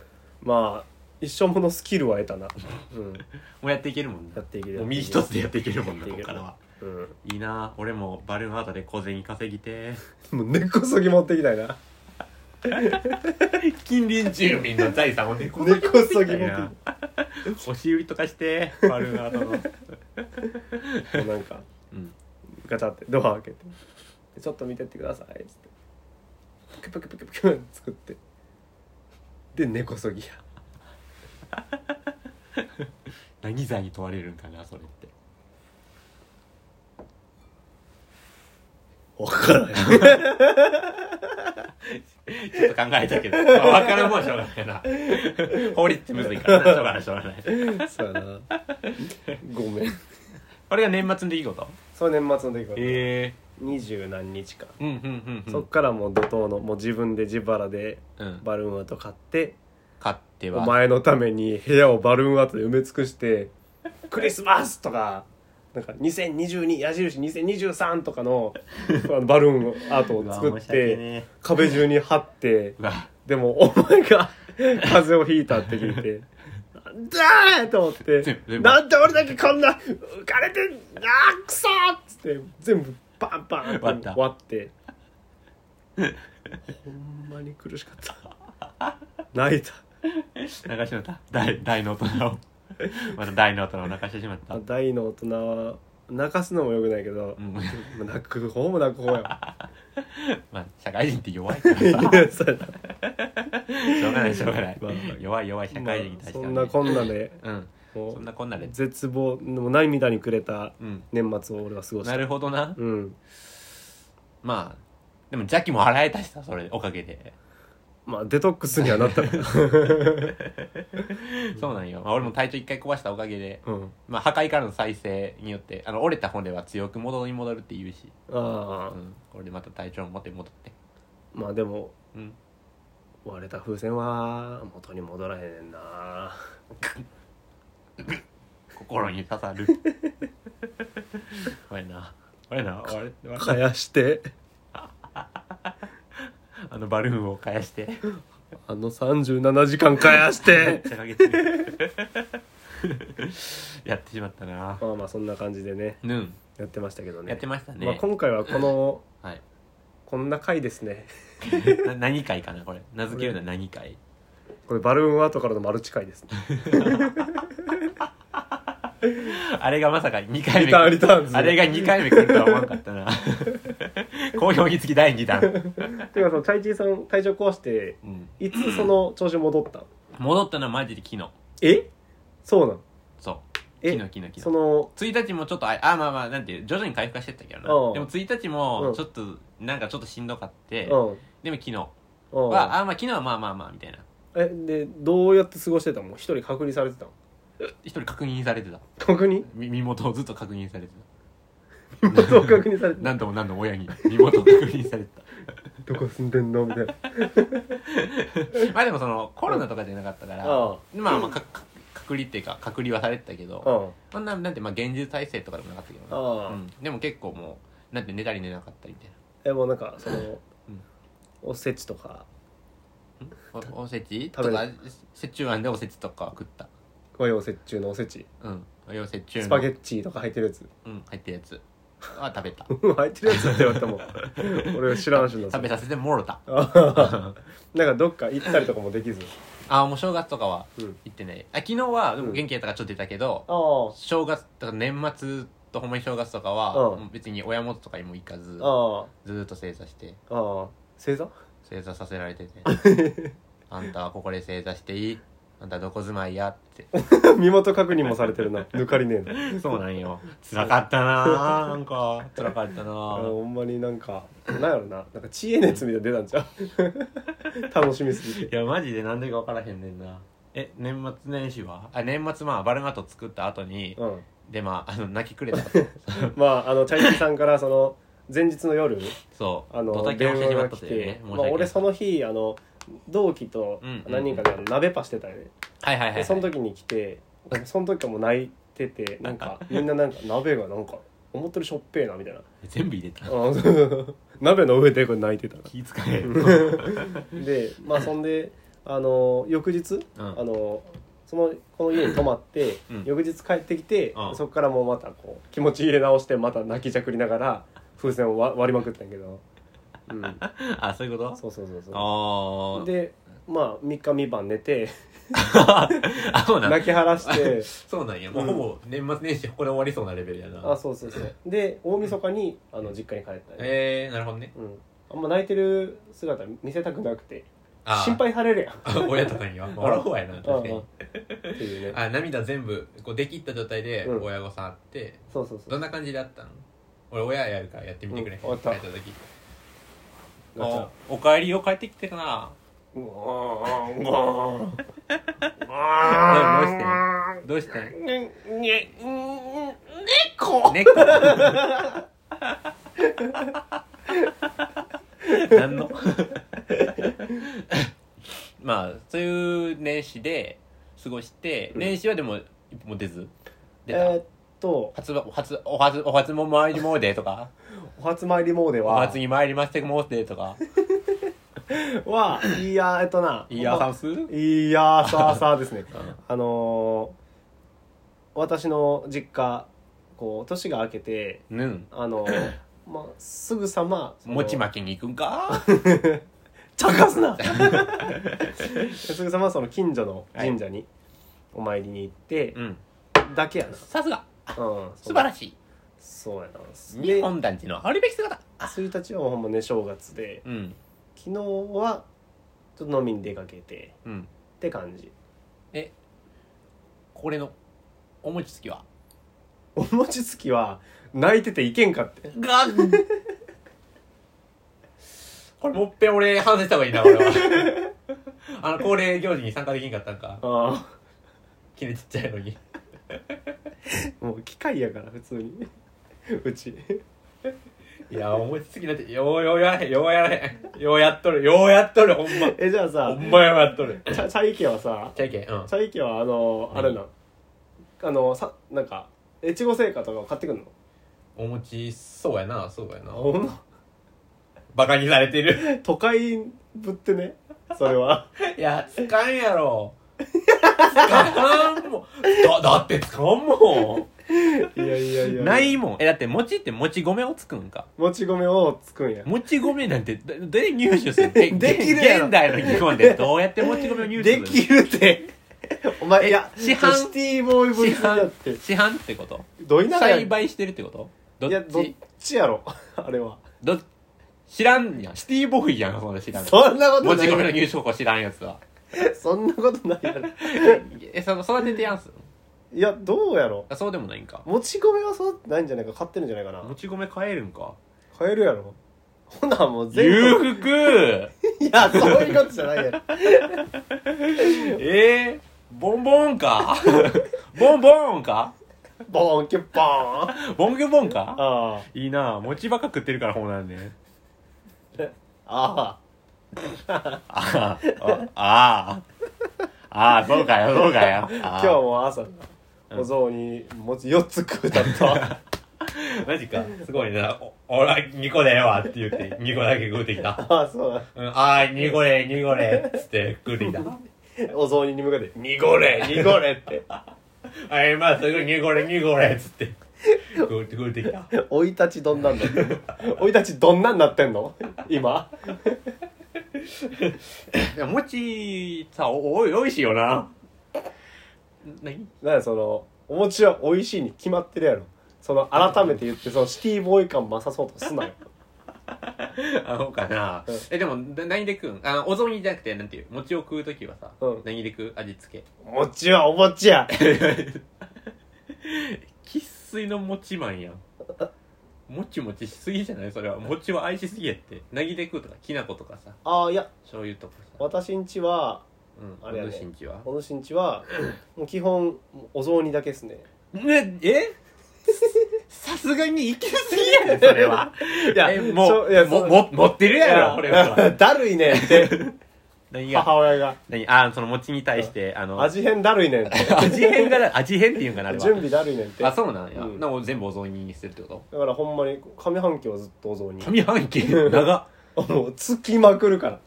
Speaker 1: まあ一生ものスキルは得たな、うん、
Speaker 2: うやっていけるもん
Speaker 1: や
Speaker 2: な
Speaker 1: っていける
Speaker 2: もう身一つでやっていけるもんな
Speaker 1: やっ
Speaker 2: こ
Speaker 1: てい
Speaker 2: こ
Speaker 1: け
Speaker 2: か
Speaker 1: る
Speaker 2: らは
Speaker 1: うん
Speaker 2: いいな俺もバルーンアートで小銭稼ぎて
Speaker 1: もう根こそぎ持ってきたいな
Speaker 2: 近隣住民の財産をね
Speaker 1: 根こそぎ持ってきたい
Speaker 2: な
Speaker 1: な
Speaker 2: 押し売りとかしてバルーンアートの
Speaker 1: もうなんか
Speaker 2: うん
Speaker 1: ガチャってドア開けてでちょっと見てってくださいっつってパクパクパクパク作ってで根こそぎや
Speaker 2: 何罪に問われるんかなそれって
Speaker 1: 分からない
Speaker 2: ちょっと考えたけど、 まあ、分からんもんはしょうがないな 法律ってむずいからなしょうがないしょうがない
Speaker 1: そうやなごめん
Speaker 2: これが年末の出来事
Speaker 1: それ年末の出来事
Speaker 2: え
Speaker 1: 二十何日か、
Speaker 2: うんうんうんうん
Speaker 1: そっからもう怒涛のもう自分で自腹で
Speaker 2: うん
Speaker 1: バルーンアート買って
Speaker 2: 勝って
Speaker 1: お
Speaker 2: は
Speaker 1: 前のために部屋をバルーンアートで埋め尽くして「クリスマス!」とか「なんか2022矢印2023」とか のあのバルーンアートを作って壁中に貼って
Speaker 2: うわ
Speaker 1: でもお前が風邪をひいたって聞いてなんだーと思って
Speaker 2: 全部全部
Speaker 1: なんで俺だけこんな浮かれてんあーくそーっつって全部バンバン
Speaker 2: 割っ
Speaker 1: って
Speaker 2: た
Speaker 1: 割ってほんまに苦しかった泣いた
Speaker 2: 泣かしてしまった大大の大人を また大の大人を泣かしてしまった
Speaker 1: あ大の大人は泣かすのもよくないけど
Speaker 2: う、ん
Speaker 1: 泣く方も泣く方 や
Speaker 2: まあ社会人って弱いから さ
Speaker 1: いやそうやな
Speaker 2: しょうがないしょうがない、
Speaker 1: まあ
Speaker 2: 弱い弱い社会人に対して
Speaker 1: そ
Speaker 2: は
Speaker 1: ん
Speaker 2: ね、
Speaker 1: なこんなで
Speaker 2: うん
Speaker 1: も
Speaker 2: そんなこんなで
Speaker 1: う絶望もう涙にくれた
Speaker 2: うん
Speaker 1: 年末を俺は過ごし
Speaker 2: な
Speaker 1: た
Speaker 2: るほどな、
Speaker 1: うん
Speaker 2: まあでも邪気も洗えたしさそれおかげで
Speaker 1: まあデトックスには なった から
Speaker 2: そうなんよ、まあ、俺も体調一回壊したおかげで、
Speaker 1: うん
Speaker 2: まあ、破壊からの再生によってあの折れた骨は強く戻に戻るって言うし、う
Speaker 1: ああ
Speaker 2: ん、これでまた体調を持って戻って
Speaker 1: まあでも
Speaker 2: うん
Speaker 1: 割れた風船は元に戻らへんねんな
Speaker 2: 心に刺 さるおいなおいな おいおい
Speaker 1: かやして
Speaker 2: あのバルーンを返して
Speaker 1: あの37時間かやして
Speaker 2: 茶かけて るやってしまったな
Speaker 1: まあまあそんな感じでね
Speaker 2: うん
Speaker 1: やってましたけどね
Speaker 2: やってましたね、
Speaker 1: まあ、今回はこの
Speaker 2: はい
Speaker 1: こんな回ですね
Speaker 2: な何回かなこれ名付けるのは何回
Speaker 1: これバルーンアートからのマルチ回 ですね
Speaker 2: あれがまさか2回目
Speaker 1: リターンリターンズ
Speaker 2: あれが2回目来るとは思わな かったな好評につき第2弾、
Speaker 1: ていうかそのチャイチーさん体調壊して
Speaker 2: うん、
Speaker 1: いつそ の調子戻ったん
Speaker 2: 戻ったのはマジで昨日
Speaker 1: えそうなん
Speaker 2: そう
Speaker 1: え
Speaker 2: 昨日昨日昨日
Speaker 1: その
Speaker 2: 1日もちょっとああまあまあなんていう徐々に回復はしてったけどな
Speaker 1: うん
Speaker 2: でも1日
Speaker 1: う
Speaker 2: も
Speaker 1: ん
Speaker 2: ちょっとなんかちょっとしんどかって
Speaker 1: うん
Speaker 2: でも昨日は
Speaker 1: うん
Speaker 2: あまあ昨日はまあまあまあみたいな
Speaker 1: えでどうやって過ごしてたのもう一人隔離されてたの
Speaker 2: 一人確認されてた
Speaker 1: 確 認
Speaker 2: み身元をずっと確認されて
Speaker 1: ど う確認されて
Speaker 2: た
Speaker 1: た
Speaker 2: 何度も何度も親に身元を確認されてた
Speaker 1: どこ住んでんのみたいな
Speaker 2: まあでもそのコロナとかじゃなかったから、
Speaker 1: あ
Speaker 2: まあまあかか隔離っていうか隔離はされてたけど、
Speaker 1: あ
Speaker 2: そんななんてまあ厳重体制とかでもなかったけどな、
Speaker 1: ああ
Speaker 2: うん、でも結構もうなんて寝たり寝なかったりみたい
Speaker 1: えもうなんかその
Speaker 2: うん
Speaker 1: おせちとか
Speaker 2: なおおせちと
Speaker 1: 食べ
Speaker 2: か
Speaker 1: れ
Speaker 2: 折衷案でおせちとかは食った
Speaker 1: 和洋折衷のおせち
Speaker 2: うんおよ折衷案
Speaker 1: スパゲッチとか入ってるやつ
Speaker 2: うん入ってるやつは食べた
Speaker 1: 入ってるやつって言われて も俺知らんしな
Speaker 2: 食 べさせてもろた
Speaker 1: あ
Speaker 2: あ
Speaker 1: ーなんかどっか行ったりとかもできず
Speaker 2: あもう正月とかは
Speaker 1: うん
Speaker 2: 行ってないあ昨日はでも元気やったからちょっと出たけど、
Speaker 1: ああ
Speaker 2: 正月とか年末とほんまに正月とかは、
Speaker 1: うん
Speaker 2: もう別に親元とかにも行かず
Speaker 1: あ
Speaker 2: ずーっと正座して
Speaker 1: あああ星座
Speaker 2: 正座させられててあんたはここで正座していいあんたどこ住まいやって
Speaker 1: 身元確認もされてるな抜かりねえ
Speaker 2: そうなんよ 辛かったなあなんか辛かった
Speaker 1: な
Speaker 2: な
Speaker 1: あ
Speaker 2: あ
Speaker 1: ーほんまになんかなんやろななんか知恵熱みたいなの出たんじゃん 楽しみすぎて
Speaker 2: いやマジで何でか分からへんねんなえ年末年始はあ年末まあバルマト作った後に
Speaker 1: うん
Speaker 2: でまああの泣きくれた
Speaker 1: まああのチャイチーさんからその前日の夜
Speaker 2: そう
Speaker 1: あ
Speaker 2: ド
Speaker 1: の
Speaker 2: タキャン
Speaker 1: 電
Speaker 2: し
Speaker 1: 話
Speaker 2: てしま
Speaker 1: が
Speaker 2: った
Speaker 1: 来
Speaker 2: というね
Speaker 1: て、
Speaker 2: 申し
Speaker 1: まあ、
Speaker 2: 訳な
Speaker 1: 俺
Speaker 2: い
Speaker 1: その日あの同期と何人かであの鍋パしてたよね、
Speaker 2: はいはいはいは
Speaker 1: で
Speaker 2: い
Speaker 1: その時に来てその時はもう泣いててなんかみんななんか鍋がなんか思ってるしょっぺえなみたいな
Speaker 2: 全部入れた
Speaker 1: あの 鍋の上でこれ泣いてたか
Speaker 2: 気遣え
Speaker 1: らでまあそんであの翌日、
Speaker 2: うん
Speaker 1: あのそのこの家に泊まって、
Speaker 2: うん
Speaker 1: 翌日帰ってきて、
Speaker 2: うん
Speaker 1: そこからもうまたこう気持ち入れ直してまた泣きじゃくりながら風船を割割りまくったんやけど、うん、
Speaker 2: あそういうこと
Speaker 1: そうそうそうそう
Speaker 2: ああ
Speaker 1: でまあ3日3晩寝て
Speaker 2: あそうなん
Speaker 1: 泣き晴らして
Speaker 2: そうなんやもうほぼ年末年始これ終わり そうなレベルやな
Speaker 1: あそうそうそうで大晦日にあの実家に帰ったね、
Speaker 2: えー、なるほどね
Speaker 1: うん、あんま泣いてる姿見せたくなくて
Speaker 2: あー
Speaker 1: 心配されるやん
Speaker 2: 親とかにはまあ俺は親やな確かに
Speaker 1: うんっていうね
Speaker 2: あ涙全部こうできった状態で
Speaker 1: うん
Speaker 2: 親御さんあって、
Speaker 1: そうそうそ
Speaker 2: どん
Speaker 1: う
Speaker 2: な感じであったの俺親やるからやってみてくれ、
Speaker 1: うんわかった
Speaker 2: 帰った時
Speaker 1: なんか
Speaker 2: おかえりよ帰ってきてな
Speaker 1: うわーうわーう
Speaker 2: わ
Speaker 1: わ
Speaker 2: どうして ん
Speaker 1: ーねね猫
Speaker 2: 猫何 のまあそういう年始で過ごして、
Speaker 1: うん
Speaker 2: 年始はでも一歩も出ず
Speaker 1: え
Speaker 2: 出た、
Speaker 1: ーっと
Speaker 2: 初ばお初お初お初も参りもうでとか
Speaker 1: お初参り詣
Speaker 2: お
Speaker 1: は
Speaker 2: 初に参りましてもうでとか
Speaker 1: は、いや、えっとな。
Speaker 2: イヤーハウス
Speaker 1: いやーさあさあですねあのー私の実家こう年が明けて
Speaker 2: うん
Speaker 1: あのーまあすぐさまその
Speaker 2: 餅巻きに行くんか
Speaker 1: ちゃかすなすぐさまその近所の神社にお参りに行って
Speaker 2: うん
Speaker 1: だけやな、
Speaker 2: さすが
Speaker 1: うん、し
Speaker 2: 素晴
Speaker 1: い
Speaker 2: らし
Speaker 1: そうや
Speaker 2: い
Speaker 1: な
Speaker 2: 日
Speaker 1: で
Speaker 2: 本団地のあるべき姿
Speaker 1: 1日はほんまね正月で
Speaker 2: うん
Speaker 1: 昨日はちょっと飲みに出かけて
Speaker 2: うん
Speaker 1: って感じ
Speaker 2: えこれのお餅つきは
Speaker 1: お餅つきは泣いてていけんかって
Speaker 2: が これもっぺん俺反省した方がいいな俺は あの恒例行事に参加できんかったんか
Speaker 1: ああ
Speaker 2: キレちっちゃいのに
Speaker 1: もう機械やから普通にうち
Speaker 2: いや思いつきだってようようやらへんようやらへんようやっとるようやっとるほんま
Speaker 1: えじゃあ
Speaker 2: ほ
Speaker 1: さ
Speaker 2: んまようやっとる
Speaker 1: チャチャイケはさ
Speaker 2: ちゃいけんうん
Speaker 1: チャイケはあのあ
Speaker 2: 何
Speaker 1: れなんあのさなんか越後製菓とかを買ってくんの
Speaker 2: お餅そうやなそうやな
Speaker 1: ほんま
Speaker 2: バカにされ てる
Speaker 1: 都会ぶってねそれ は
Speaker 2: いやつかんやろつかんもんだだってつかんも
Speaker 1: いやいやいや
Speaker 2: んないもんえだって餅って餅米をつくんか
Speaker 1: もち米をつくんや
Speaker 2: もち米なんてどどれ入手するの で
Speaker 1: できるやろ
Speaker 2: 現代の日本でどうやってもち米を入手するの
Speaker 1: るって お前いや
Speaker 2: 市販
Speaker 1: シティボーイブリ
Speaker 2: 市
Speaker 1: スだっ
Speaker 2: 販
Speaker 1: て
Speaker 2: 市販ってこと
Speaker 1: どいながら
Speaker 2: 栽
Speaker 1: い
Speaker 2: 培してるってことど
Speaker 1: や
Speaker 2: っ
Speaker 1: どっ
Speaker 2: ち
Speaker 1: ちやろ あれは
Speaker 2: ど知らんやんシティボーイやんそんな知らん
Speaker 1: そんなこと
Speaker 2: も
Speaker 1: な
Speaker 2: ち米の
Speaker 1: い
Speaker 2: 入手方法知らんやつは
Speaker 1: そんなことないやろ
Speaker 2: えその育ててやんす
Speaker 1: いやどうやろ
Speaker 2: あそうでもないんか
Speaker 1: もち米はそうないんじゃないか買ってるんじゃないかな
Speaker 2: もち米買えるんか
Speaker 1: 買えるやろほなもう
Speaker 2: 裕
Speaker 1: 国
Speaker 2: 福
Speaker 1: いやそういうことじゃないやろ
Speaker 2: えー、ボンボン かボンボンか
Speaker 1: ボーンキュッボーンあ
Speaker 2: ボンギョボンか
Speaker 1: あ
Speaker 2: いいな餅ばっか食ってるからほうなんね
Speaker 1: あ
Speaker 2: ああああああそうかよそうか
Speaker 1: あ
Speaker 2: よ今
Speaker 1: 今日も朝お雑煮餅4つ食うたった わ
Speaker 2: マジかすごいなお俺は2個でええわって言って2個だけ食うてきた
Speaker 1: ああそうだ
Speaker 2: うん、ああ、濁れ、濁れ、つって、くりだ。
Speaker 1: お雑煮に向けて
Speaker 2: 濁れ、濁
Speaker 1: 濁れって
Speaker 2: あい、まあ、すぐ濁れ、濁れ、つって、ぐってぐってきた。
Speaker 1: 生い立ちどん なんだって生い立ちどんなんなってんの今
Speaker 2: いや、餅、さ、お、おい、おいしいよな。何
Speaker 1: なんかそのお餅は美味しいに決まってるやろその改めて言ってそのシティボーイ感増さそうとすなよ
Speaker 2: あ、そうかな
Speaker 1: うん。
Speaker 2: え、でも、な何で食うんあの、お雑煮じゃなくて、なんていう、餅を食うときはさ、
Speaker 1: うん
Speaker 2: 何で食う味付け。
Speaker 1: 餅はお餅や
Speaker 2: 生粋の餅マンやん。もちもちしすぎじゃないそれは。餅を愛しすぎやって。なぎで食うとか、きな粉とかさ、
Speaker 1: ああいや
Speaker 2: 醤油とかさ。
Speaker 1: 私んちは
Speaker 2: うん、
Speaker 1: あれやね
Speaker 2: お主んちは。
Speaker 1: この新地はもう基本お雑煮だけですね
Speaker 2: ね、 えさすがにいきすぎやね それは。
Speaker 1: いや
Speaker 2: えも、
Speaker 1: そうういやそ
Speaker 2: も、
Speaker 1: う
Speaker 2: も、持ってる
Speaker 1: い
Speaker 2: やろ、これは。
Speaker 1: だるいねんって
Speaker 2: 何が、
Speaker 1: 母親が
Speaker 2: 何、あ、その餅に対して、あの、味
Speaker 1: 味変だるいねんって
Speaker 2: 変が、味変っていうんかな、あれ
Speaker 1: 準
Speaker 2: は。
Speaker 1: 備だるいねんってだ
Speaker 2: あ、
Speaker 1: か
Speaker 2: そうなんや。
Speaker 1: うん
Speaker 2: な、全部お雑煮にするってこと
Speaker 1: らほんまに上半期はずっとお雑煮
Speaker 2: 上半期、長っ。
Speaker 1: もうつきまくるから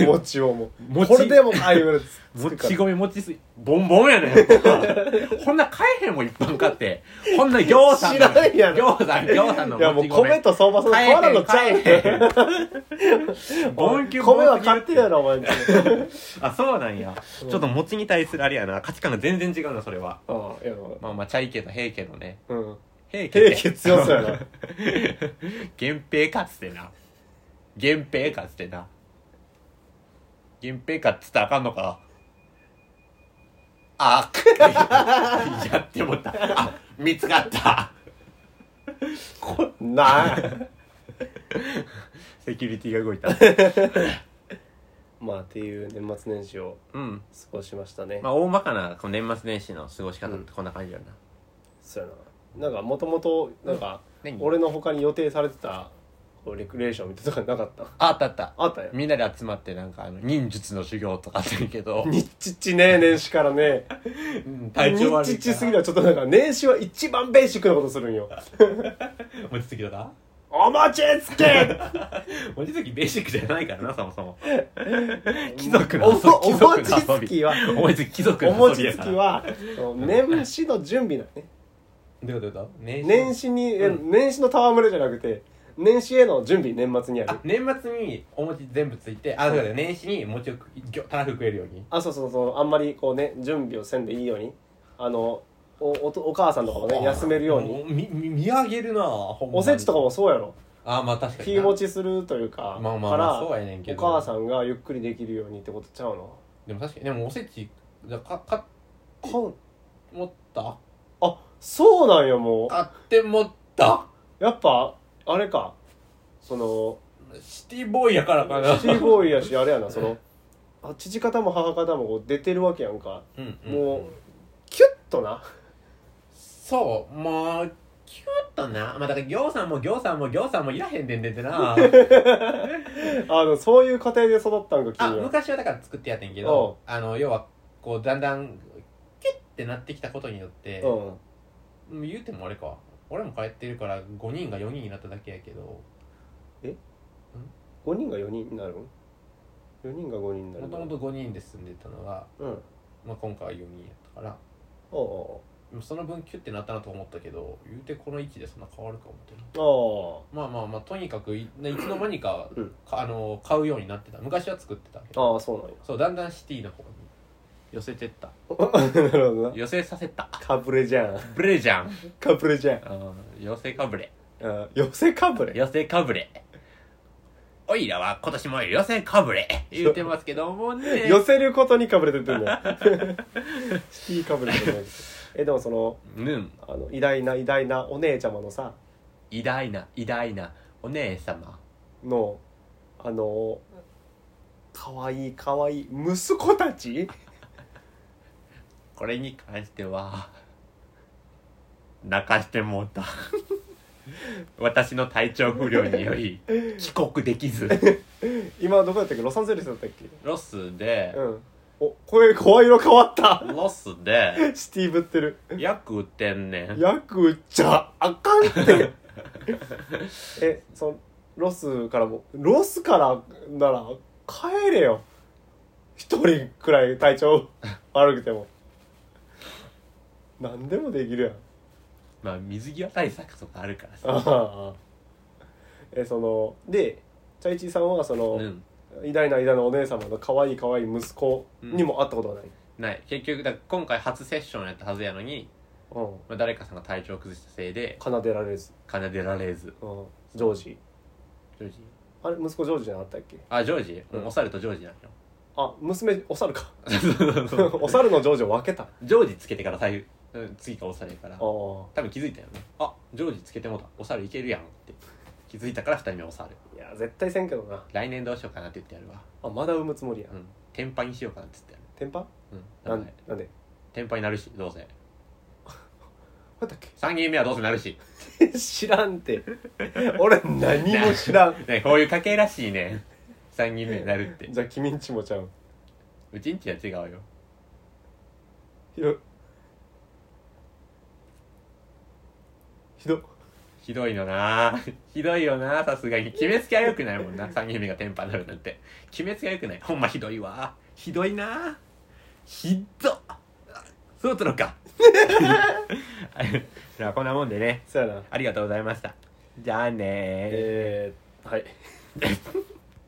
Speaker 1: お餅をもう
Speaker 2: 餅
Speaker 1: これでもかいうぐらいつ
Speaker 2: も
Speaker 1: くか
Speaker 2: ち
Speaker 1: ら
Speaker 2: 米もちすい、ボンボンやねん。こんな買えへんもん、一般買って。こんな餃子の。
Speaker 1: 知らんやろ
Speaker 2: 餃子、餃子の
Speaker 1: いやもう
Speaker 2: ち米
Speaker 1: 米と相場その
Speaker 2: 買
Speaker 1: 変わらん
Speaker 2: えへ
Speaker 1: の
Speaker 2: ん、
Speaker 1: ちゃ
Speaker 2: 買
Speaker 1: う
Speaker 2: えへん。ボンキュボンキュ
Speaker 1: 米は買ってるやろお前んち
Speaker 2: あそうなんやちょっと餅に対するあれやな価値観が全然違うなそれは
Speaker 1: ああいやま
Speaker 2: まあまあチャイ家と平家のね
Speaker 1: あうん
Speaker 2: 平
Speaker 1: 平家強そうやな
Speaker 2: 源平かっつってな源平かっつってな源平かっつったらあかんのかあ っやってもったあ見つかったこ
Speaker 1: なあ
Speaker 2: セキュリティが動いた
Speaker 1: まあっていう年末年始を
Speaker 2: うん
Speaker 1: 過ごしましたね
Speaker 2: まあ大まかなこの年末年始の過ごし方ってこんな感じだな、
Speaker 1: そうやななんかもともとなんか
Speaker 2: 何
Speaker 1: 俺の他に予定されてたこうレクリエーションみたいなのとかなかった
Speaker 2: あったあった
Speaker 1: あったよ
Speaker 2: みんなで集まってなんかあの忍術の修行とかするけど
Speaker 1: 日ちちね年始からね
Speaker 2: 体調悪い
Speaker 1: 日ちちすぎる
Speaker 2: だ
Speaker 1: はちょっとなんか年始は一番ベーシックなことするんよ
Speaker 2: 落ち着きだな
Speaker 1: あお餅つけ
Speaker 2: 望月ベーシックじゃないからなそも そも貴
Speaker 1: 貴
Speaker 2: 族
Speaker 1: 族の
Speaker 2: の遊び
Speaker 1: お餅つきは
Speaker 2: お餅貴族
Speaker 1: お
Speaker 2: の遊
Speaker 1: 餅
Speaker 2: びや
Speaker 1: つ
Speaker 2: か
Speaker 1: き
Speaker 2: ら
Speaker 1: はそう年始の準備だね
Speaker 2: どういうことどういうこと年
Speaker 1: 年始に、え年始の戯れじゃなくて年始への準備年末にある
Speaker 2: あ年末にお餅全部ついてあそうだよ年始に餅をぎょ楽しく食えるように
Speaker 1: あそうそうそうあんまりこうね準備をせんでいいようにあのおおとお母さんとかもね休めるように
Speaker 2: もみみ見上げるなほんまに
Speaker 1: おせちとかもそうやろ
Speaker 2: あまあ確かに
Speaker 1: 日持ちするという
Speaker 2: ま
Speaker 1: か
Speaker 2: あまあまあ
Speaker 1: から
Speaker 2: そうやねんけ
Speaker 1: お
Speaker 2: ど
Speaker 1: 母さんがゆっくりできるようにってことちゃうの
Speaker 2: でも確かにでもおせちじゃか買っ
Speaker 1: かん
Speaker 2: 持った
Speaker 1: あそうなんやも
Speaker 2: 買って持った
Speaker 1: うやっぱあれかその
Speaker 2: シティボーイやからかな
Speaker 1: シーボーイやしあれやなそのあ父方も母方もこう出てるわけやんか
Speaker 2: うんうん
Speaker 1: もうキュッとな
Speaker 2: そうもうキュッとなまあだから行さんも行さんも行さんもいらへんでんでん てな
Speaker 1: あのそういう家庭で育ったんか
Speaker 2: あ
Speaker 1: 君は
Speaker 2: 昔はだから作ってやってんけどあの要はこうだんだんキュッてなってきたことによって
Speaker 1: うん
Speaker 2: 言うてもあれか俺も帰ってるから5人が4人になっただけやけど
Speaker 1: 5人が4人になるん4人が5人になる
Speaker 2: も
Speaker 1: ん
Speaker 2: と
Speaker 1: だ
Speaker 2: もと5人で住んでたのが、
Speaker 1: うんおう
Speaker 2: まあ、今回は4人やったから
Speaker 1: お
Speaker 2: でもその分キュッてなったなと思ったけど言うてこの位置でそんな変わるか思って
Speaker 1: う
Speaker 2: な
Speaker 1: おう
Speaker 2: まあまあまあとにかくいいつの間にか,、
Speaker 1: うん
Speaker 2: かあの買うようになってた昔は作ってたけど
Speaker 1: ああそうなんや
Speaker 2: そうだんだんシティの方に寄せてった
Speaker 1: なるほどな
Speaker 2: 寄せさせた
Speaker 1: かぶれじゃん
Speaker 2: ブレじゃん
Speaker 1: かぶれじゃん
Speaker 2: 寄せかぶれ
Speaker 1: あ寄せかぶれ
Speaker 2: 寄せかぶれおいらは今年も寄せかぶれ言うてますけども ね
Speaker 1: 寄せることにかぶれてってんだよ シティかぶれじゃないえでもその
Speaker 2: うん
Speaker 1: あの偉大な偉大なお姉ちゃまのさ
Speaker 2: 偉大な偉大なお姉様
Speaker 1: のあのかわいいかわいい息子たち
Speaker 2: これに関しては 泣かしてもうた 私の体調不良により帰国で きず
Speaker 1: 今どこやったっけロサンゼルスだったっけ
Speaker 2: ロスで
Speaker 1: うんお声声色変わ った
Speaker 2: ロスで
Speaker 1: シティぶってる
Speaker 2: 薬売ってんねん
Speaker 1: 役っちゃあかんってえそのロスからもロスからなら帰れよ一人くらい体調悪くても何でもできるやん
Speaker 2: まあ水際対策とかあるからさ
Speaker 1: ああ えそのでチャイチーさんはその、
Speaker 2: うん
Speaker 1: 偉大な偉大なお姉様の可愛い可愛い息子にも会ったことがない、
Speaker 2: ない結局だから今回初セッションやったはずやのに、
Speaker 1: うん
Speaker 2: まあ、誰かさんが体調を崩したせいで
Speaker 1: 奏でられず、
Speaker 2: 奏でられず
Speaker 1: うん、ジョージ
Speaker 2: ジョージ
Speaker 1: あれ息子ジョージじゃなかったっけ
Speaker 2: あジョージ、
Speaker 1: うん
Speaker 2: お猿とジョージなのよ
Speaker 1: あ娘お猿か
Speaker 2: そう
Speaker 1: お猿のジョージを分けたあ
Speaker 2: ジョージつけてから財布うん次がお猿やから
Speaker 1: あ
Speaker 2: 多分気づいたよねあジョージつけてもうたお猿いけるやんって気づいたから2人目お猿
Speaker 1: いや絶対せんけどな
Speaker 2: 来年どうしようかなって言ってやるわ
Speaker 1: あまだ産むつもりや
Speaker 2: うん天パにしようかなって言って
Speaker 1: 天パ
Speaker 2: やる
Speaker 1: な
Speaker 2: うん
Speaker 1: んなんで
Speaker 2: 天パになるしどうせ
Speaker 1: なんだっけ
Speaker 2: 3人目はどうせなるし
Speaker 1: 知らんて俺何も知 らん
Speaker 2: ねこういう家系らしいね3人目になるって
Speaker 1: じゃあ君んちもちゃう
Speaker 2: うちんちは違うよ
Speaker 1: ひどひど
Speaker 2: ひどいよなひどいよなさすがに。決めつけは良くないもんな。三人目がテンパになるなんて。決めつけは良くない。ほんまひどいわ。ひどいなひっどっあそうだったのか。はい じゃあこんなもんでね。
Speaker 1: そやな
Speaker 2: ありがとうございました。じゃあねー。
Speaker 1: えー、はい